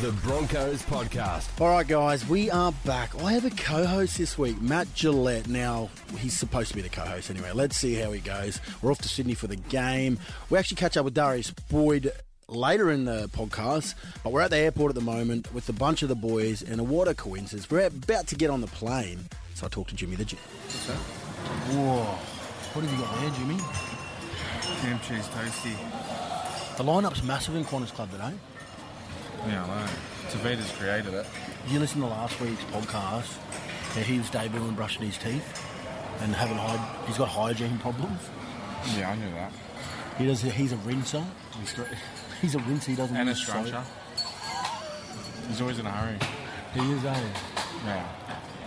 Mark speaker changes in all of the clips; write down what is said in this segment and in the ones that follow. Speaker 1: The Broncos podcast.
Speaker 2: All right, guys, we are back. I have a co-host this week, Matt Gillette. Now he's supposed to be the co-host anyway. Let's see how he goes. We're off to Sydney for the game. We actually catch up with Darius Boyd later in the podcast, but we're at the airport at the moment with a bunch of the boys, and a water coincidence. We're about to get on the plane, so I talked to Jimmy the Jet. Whoa! What have you got there, Jimmy?
Speaker 3: Ham cheese toasty.
Speaker 2: The lineup's massive in Qantas Club today.
Speaker 3: Yeah, I know. Tavita's created it.
Speaker 2: If you listen to last week's podcast, yeah, he was debuting brushing his teeth and having hyd- he's got hygiene problems.
Speaker 3: Yeah, I knew that.
Speaker 2: He does. He's a rinser. He's a rinser. He doesn't.
Speaker 3: And a
Speaker 2: use soap.
Speaker 3: structure. He's always in a hurry.
Speaker 2: He is. Eh?
Speaker 3: Yeah.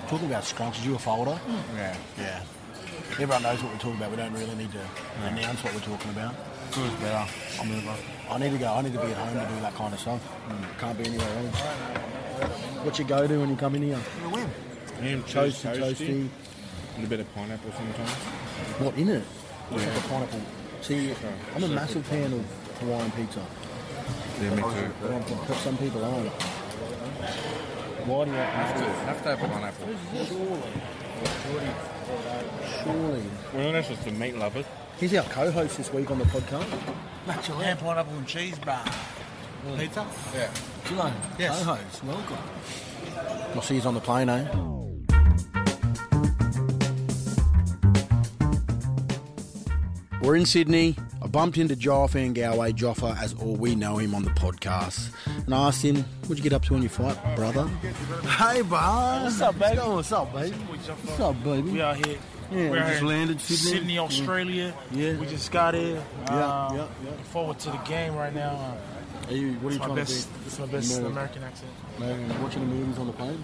Speaker 2: Talking about structures, you a folder?
Speaker 3: Yeah.
Speaker 2: Yeah. Everyone knows what we're talking about. We don't really need to announce what we're talking about. uh,
Speaker 3: It was better. Smoother.
Speaker 2: I need to go. Hmm. I need to be at home to do that kind of stuff. Can't be anywhere else. What you go to when you come in here?
Speaker 3: Ham
Speaker 2: Toast, toasty.
Speaker 3: And a bit of pineapple sometimes.
Speaker 2: What in it? What's
Speaker 3: Yeah.
Speaker 2: like a pineapple? See, I'm a massive fan of Hawaiian pizza.
Speaker 3: Yeah, me too.
Speaker 2: But some people aren't. Why do you
Speaker 3: Have to, have to have pineapple.
Speaker 2: Surely. Surely.
Speaker 3: Well, that's just the meat lovers.
Speaker 2: He's our co-host this week on the podcast.
Speaker 4: That's your ham pineapple and cheese bar. Pizza?
Speaker 3: Yeah.
Speaker 2: G'day.
Speaker 4: Yes.
Speaker 2: Co-host, welcome. I'll see you on the plane, eh? We're in Sydney. I bumped into Joffa and Galway, Joffa, as all we know him on the podcast, and I asked him, "What'd you get up to on your flight, brother?" Hey, bro. What's up, baby? What's up, baby? What's up, baby?
Speaker 4: We are here.
Speaker 2: Yeah, we
Speaker 4: We're
Speaker 2: just
Speaker 4: in
Speaker 2: landed Sydney.
Speaker 4: Sydney, Australia.
Speaker 2: Yeah.
Speaker 4: We just got here. Um,
Speaker 2: Yeah, yeah, yeah.
Speaker 4: Looking forward to the game right now. Uh,
Speaker 2: Are you, what are you
Speaker 4: it's, my
Speaker 2: trying
Speaker 4: best,
Speaker 2: to
Speaker 4: it's my best
Speaker 2: American.
Speaker 4: American accent.
Speaker 2: do? Like, watching the movies on the plane?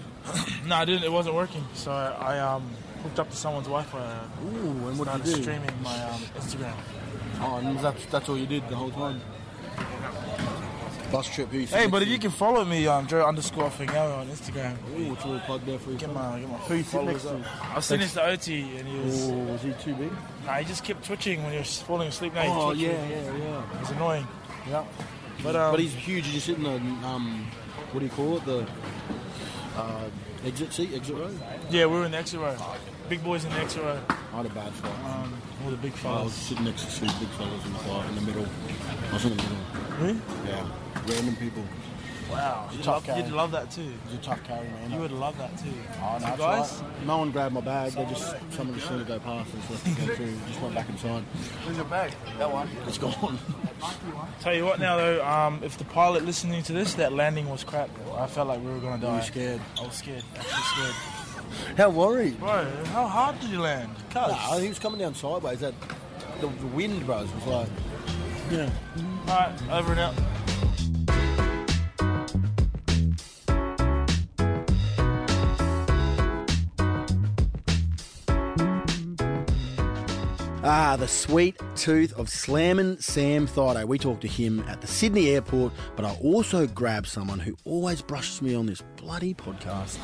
Speaker 4: No, I didn't. It wasn't working. So I, I um, hooked up to someone's Wi-Fi. uh,
Speaker 2: Ooh, and what
Speaker 4: Started
Speaker 2: did you do?
Speaker 4: streaming my um, Instagram.
Speaker 2: Oh, and that's, that's all you did the whole time. Bus trip. Who you
Speaker 4: Hey, but if you can follow me, um, Joe underscore Fingale on Instagram.
Speaker 2: What's your plug there for you?
Speaker 4: Get my, get my
Speaker 2: Who you sit next
Speaker 4: followers
Speaker 2: to?
Speaker 4: up. I was sitting next to OT, and he was.
Speaker 2: Oh, was he too big?
Speaker 4: Nah, he just kept twitching when he was falling asleep. Now he
Speaker 2: oh
Speaker 4: twitches.
Speaker 2: yeah, yeah, yeah.
Speaker 4: It's annoying.
Speaker 2: Yeah.
Speaker 4: But um,
Speaker 2: But he's huge. He's sitting on um, what do you call it? The uh, exit seat, exit row.
Speaker 4: Yeah, we were in the exit row. Big boys in the exit row.
Speaker 2: I had a bad flight.
Speaker 4: Um, all the big
Speaker 2: I was
Speaker 4: fellas.
Speaker 2: sitting next to two big fellas in the flight in the middle. I was in the middle.
Speaker 4: Really?
Speaker 2: Yeah. Random people.
Speaker 4: Wow. You'd,
Speaker 2: Tough
Speaker 4: love,
Speaker 2: guy.
Speaker 4: you'd love that too.
Speaker 2: It was a tough carry, man.
Speaker 4: You would love that too.
Speaker 2: Oh, no,
Speaker 4: So
Speaker 2: that's
Speaker 4: guys,
Speaker 2: right. No one grabbed my bag. They just someone just wanted to go past and just left it go through. Just went back inside.
Speaker 4: where's your bag? That one.
Speaker 2: It's gone.
Speaker 4: Tell you what now though, um, if the pilot listening to this, that landing was crap. I felt like we were gonna die.
Speaker 2: You were scared.
Speaker 4: I was scared. Actually scared.
Speaker 2: How worried?
Speaker 4: Bro, how hard did you land? Cuz.
Speaker 2: No, he was coming down sideways. That the, the wind, bros, was like.
Speaker 4: yeah. All right, over and out.
Speaker 2: Ah, the sweet tooth of Slammin' Sam Thido. We talked to him at the Sydney airport, but I also grabbed someone who always brushes me on this bloody podcast.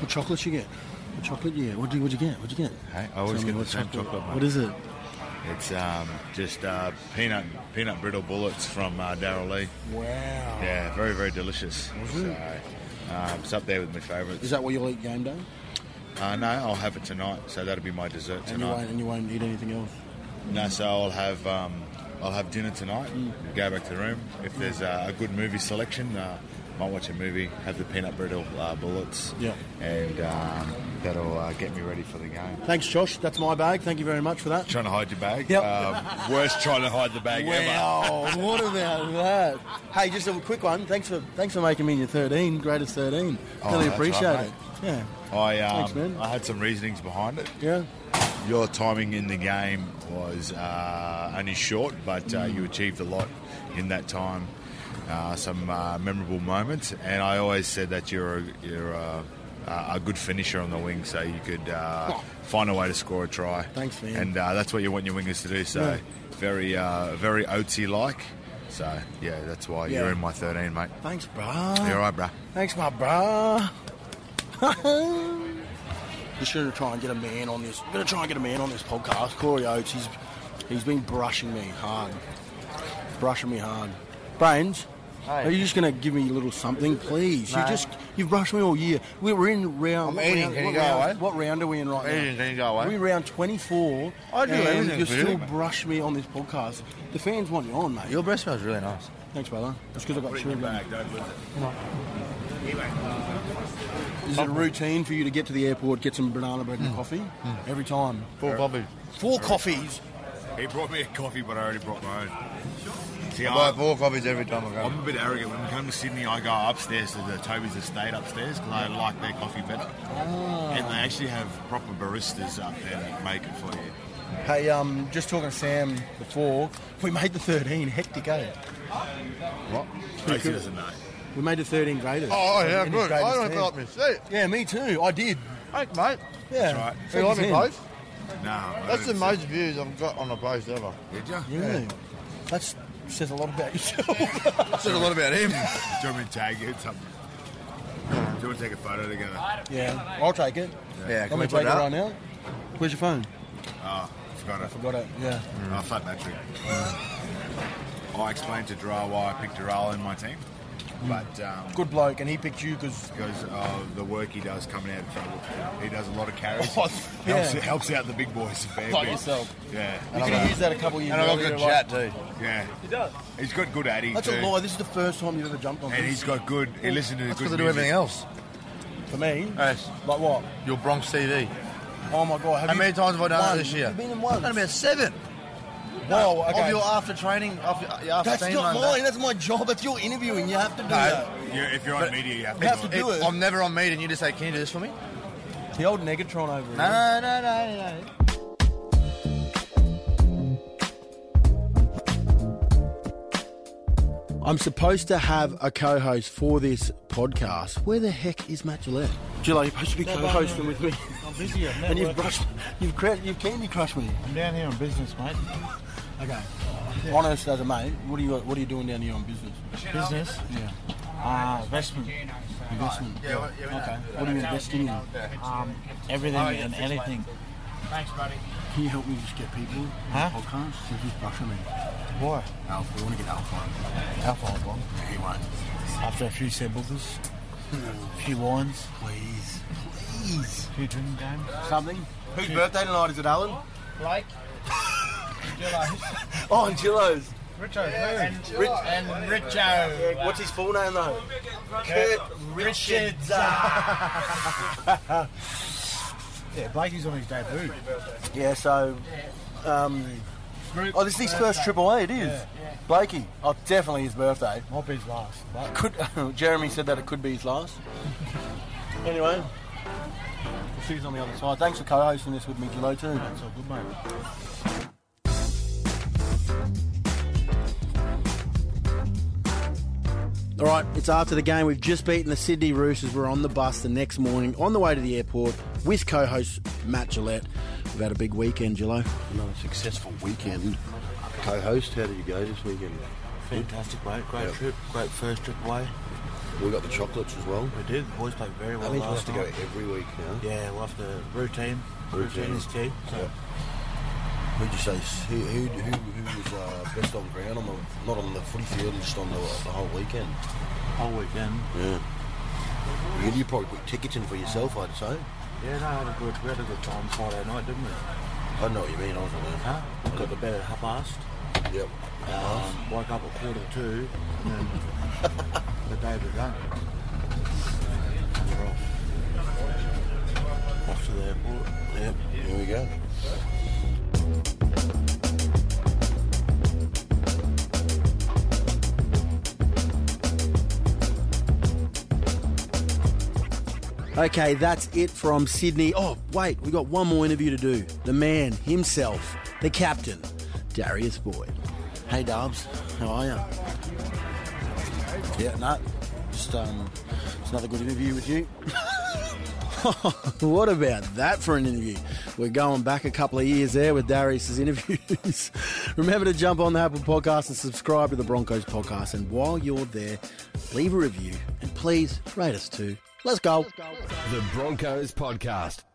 Speaker 2: What chocolate you get? What chocolate you get? What did you, what'd you get? What'd you get?
Speaker 5: Hey, I always
Speaker 2: Tell me
Speaker 5: get the
Speaker 2: what
Speaker 5: same chocolate, mate.
Speaker 2: What is it?
Speaker 5: It's um, just uh, peanut peanut brittle bullets from uh, Daryl Lee.
Speaker 4: Wow.
Speaker 5: Yeah, very very delicious. So, um, it's up there with my
Speaker 2: Is
Speaker 5: favourites.
Speaker 2: that what you'll eat game day?
Speaker 5: Uh, no, I'll have it tonight. So that'll be my dessert
Speaker 2: And you, won't,
Speaker 5: tonight.
Speaker 2: and you won't eat anything else?
Speaker 5: No, so I'll have um, I'll have dinner tonight. Go back to the room. If there's uh, a good movie selection, uh, might watch a movie. Have the peanut brittle uh, bullets.
Speaker 2: Yeah.
Speaker 5: and um, that'll uh, get me ready for the game.
Speaker 2: Thanks, Josh. That's my bag. Thank you very much for that.
Speaker 5: Trying to hide your bag.
Speaker 2: Yep.
Speaker 5: Um, worst trying to hide the bag ever.
Speaker 2: Wow, what about that? Hey, just a quick one. Thanks for thanks for making me your 13, greatest 13.
Speaker 5: Oh,
Speaker 2: really
Speaker 5: that's
Speaker 2: appreciate
Speaker 5: right,
Speaker 2: it. Yeah,
Speaker 5: I um,
Speaker 2: Thanks, man.
Speaker 5: I had some reasonings behind it.
Speaker 2: yeah.
Speaker 5: Your timing in the game was uh, only short, but uh, you achieved a lot in that time. Uh, some uh, memorable moments, and I always said that you're a, you're a, a good finisher on the wing, so you could uh, find a way to score a try.
Speaker 2: Oh. Thanks, man.
Speaker 5: And uh, that's what you want your wingers to do. So
Speaker 2: Yeah.
Speaker 5: very uh, very Oatsy like. So yeah, that's why
Speaker 2: Yeah.
Speaker 5: you're in my 13, mate.
Speaker 2: Thanks, brah.
Speaker 5: You're right, bruh.
Speaker 2: Thanks, my brah. We're gonna try and get a man on this. We're gonna try and get a man on this podcast. Corey Oates, he's he's been brushing me hard, brushing me hard. Brains,
Speaker 4: Aye.
Speaker 2: Are you just going to give me a little something, please? You
Speaker 4: No.
Speaker 2: just you've brushed me all year. We- We're in round.
Speaker 5: I'm
Speaker 2: what
Speaker 5: eating,
Speaker 2: round-
Speaker 5: can you
Speaker 2: what
Speaker 5: go
Speaker 2: round,
Speaker 5: away?
Speaker 2: What round are we in right now?
Speaker 5: Eating, can you go away?
Speaker 2: We're round twenty-four.
Speaker 5: I do
Speaker 2: and
Speaker 5: everything
Speaker 2: You
Speaker 5: for you,
Speaker 2: still
Speaker 5: mate.
Speaker 2: brush me on this podcast. The fans want you on, mate.
Speaker 5: Your breath smells really nice.
Speaker 2: Thanks, brother. That's because I got chewing gum.
Speaker 5: don't lose it.
Speaker 2: Is it a routine for you to get to the airport, get some banana bread and coffee every time?
Speaker 5: Mm. Four coffees.
Speaker 2: Four coffees.
Speaker 5: He brought me a coffee, but I already brought my own. See,
Speaker 6: I
Speaker 5: I-
Speaker 6: buy four coffees every time I go.
Speaker 5: I'm a bit arrogant. When we come to Sydney, I go upstairs to the Toby's Estate upstairs because I like their coffee better.
Speaker 6: Ah.
Speaker 5: And they actually have proper baristas up there that make it for you.
Speaker 2: Hey, um, just talking to Sam before we made the thirteen. Hectic, eh?
Speaker 5: Tracy doesn't know.
Speaker 2: We made the thirteen graders.
Speaker 6: Oh, yeah,
Speaker 2: In his
Speaker 6: good.
Speaker 2: graders
Speaker 6: I don't
Speaker 2: team.
Speaker 6: feel like me. See it.
Speaker 2: Yeah, me too. I did.
Speaker 6: Thanks, mate.
Speaker 2: Yeah.
Speaker 5: That's right.
Speaker 6: You like me, both?
Speaker 5: No. I
Speaker 6: That's the
Speaker 5: don't
Speaker 6: most views I've got on a post ever.
Speaker 5: think- Did ya?
Speaker 2: Yeah. That's says a lot about yourself.
Speaker 6: Said a lot about him.
Speaker 5: Do you want me to tag you? Something? Do you want to take a photo together?
Speaker 2: yeah. I'll take it.
Speaker 6: Yeah,
Speaker 2: Let
Speaker 6: can
Speaker 2: me
Speaker 6: we put
Speaker 2: take
Speaker 6: it
Speaker 2: it right
Speaker 6: up?
Speaker 2: now. Where's your phone?
Speaker 5: Oh, forgot it.
Speaker 2: Got it. Yeah.
Speaker 5: Oh, fuck that trick.
Speaker 6: Mm.
Speaker 5: I explained to Dra why I picked Dra in my team, but um,
Speaker 2: Good bloke, and he picked you because
Speaker 5: because of the work he does coming out of trouble. He does a lot of carries.
Speaker 2: Oh, yeah.
Speaker 5: helps, helps out the big boys. a fair
Speaker 2: Like
Speaker 5: bit.
Speaker 2: yourself.
Speaker 5: Yeah.
Speaker 2: you could have used that a couple of years
Speaker 6: And I got
Speaker 2: earlier,
Speaker 6: good
Speaker 2: like-
Speaker 6: chat too.
Speaker 5: Yeah.
Speaker 4: He does.
Speaker 5: He's got good addy.
Speaker 2: That's
Speaker 5: too.
Speaker 2: a lie. This is the first time you've ever jumped on
Speaker 5: And
Speaker 2: this.
Speaker 5: he's got good. He listened to
Speaker 6: That's
Speaker 5: good
Speaker 6: because I
Speaker 5: music.
Speaker 6: do everything else.
Speaker 2: For me,
Speaker 6: Yes.
Speaker 2: like what?
Speaker 6: Your Bronx TV.
Speaker 2: Oh my god! Have
Speaker 6: How
Speaker 2: you
Speaker 6: many times have I done that
Speaker 2: won?
Speaker 6: this year?
Speaker 2: You've been in one.
Speaker 6: Done about seven.
Speaker 2: Whoa, okay.
Speaker 6: Of your after training, after, after
Speaker 2: That's
Speaker 6: team
Speaker 2: not
Speaker 6: like
Speaker 2: mine. That's my job. That's your interviewing. You have to do
Speaker 6: No.
Speaker 2: that.
Speaker 5: Uh, You- if you're on media, you have
Speaker 2: You have
Speaker 5: to.
Speaker 2: to
Speaker 5: do
Speaker 6: That.
Speaker 2: do
Speaker 6: It-
Speaker 2: it.
Speaker 6: I'm never on meet and you just say, can you do this for me?
Speaker 2: The old Negatron over here.
Speaker 6: No, no, no, no.
Speaker 2: I'm supposed to have a co-host for this podcast. Where the heck is Matt Gillette? Gillette, you're supposed to be
Speaker 4: No,
Speaker 2: co-hosting
Speaker 4: no, no.
Speaker 2: with me,
Speaker 4: I'm busy. I'm
Speaker 2: and you've
Speaker 4: networking.
Speaker 2: brushed, you've cra- you've candy crushed me.
Speaker 4: I'm down here on business, mate.
Speaker 2: Okay. Honest as a mate, what are you what are you doing down here on business?
Speaker 4: Business.
Speaker 2: Yeah.
Speaker 4: Uh, investment.
Speaker 2: Investment.
Speaker 6: Yeah, yeah, we know.
Speaker 2: Okay. What are you investing in?
Speaker 4: Um, everything and anything.
Speaker 2: Can you help me just get people on
Speaker 4: Huh?
Speaker 2: the podcast? They're just brushing me.
Speaker 4: Why?
Speaker 2: Alpha, we want to get Alpha on. Alpha on one. He won't.
Speaker 4: After a few sambucas, a few wines,
Speaker 2: Please. Please.
Speaker 4: a few drinking games.
Speaker 2: Something? Whose birthday tonight is it, Alan?
Speaker 4: Blake.
Speaker 2: Oh, Jillo's.
Speaker 4: Richo. Rich, and Richo.
Speaker 2: What's his full name though?
Speaker 4: Kurt Richards. yeah, Blakey's on his debut.
Speaker 2: Yeah, so. Um, oh, this is his first Triple A, it is. Blakey. Oh, definitely his birthday.
Speaker 4: Might be his last. But
Speaker 2: Could Jeremy said that it could be his last. anyway, we'll see who's on the other side. Thanks for co hosting this with me, Gillo, too.
Speaker 4: it's all good, mate.
Speaker 2: All right, it's after the game. We've just beaten the Sydney Roosters. We're on the bus the next morning on the way to the airport with co host Matt Gillette. We've had a big weekend, Gillo.
Speaker 7: Another successful weekend. Co-host, how did you go this weekend?
Speaker 4: Fantastic, mate. Great
Speaker 7: Yep.
Speaker 4: trip. Great first trip away.
Speaker 7: We got the chocolates as well.
Speaker 4: We did. The boys played very well
Speaker 7: I mean, we have
Speaker 4: last
Speaker 7: to go
Speaker 4: night.
Speaker 7: every week now.
Speaker 4: Yeah, we'll have to routine.
Speaker 7: Routine.
Speaker 4: Routine, is key. So
Speaker 7: Who'd you say? Who, who, who, who was uh, best on ground? On the, not on the footy field, just on the, the whole weekend.
Speaker 4: whole weekend.
Speaker 7: Yeah. You, you probably put tickets in for yourself, I'd say.
Speaker 4: Yeah, no, I had a good, we had a good time Friday night, didn't we?
Speaker 7: I know what you mean. I was on
Speaker 4: Huh? We got to bed at half past.
Speaker 7: that. Uh, Yep.
Speaker 4: Um, woke up at quarter to two, and then the day begun. We're off. Off to the airport.
Speaker 7: Yep. Here we go.
Speaker 2: Okay, that's it from Sydney. Oh, wait, we got one more interview to do. The man himself, the captain, Darius Boyd. Hey, Darbs, how are you? Yeah, no, just um, it's another good interview with you. what about that for an interview? We're going back a couple of years there with Darius's interviews. Remember to jump on the Apple Podcast and subscribe to the Broncos Podcast. And while you're there, leave a review and please rate us too. Let's go.
Speaker 1: The Broncos Podcast.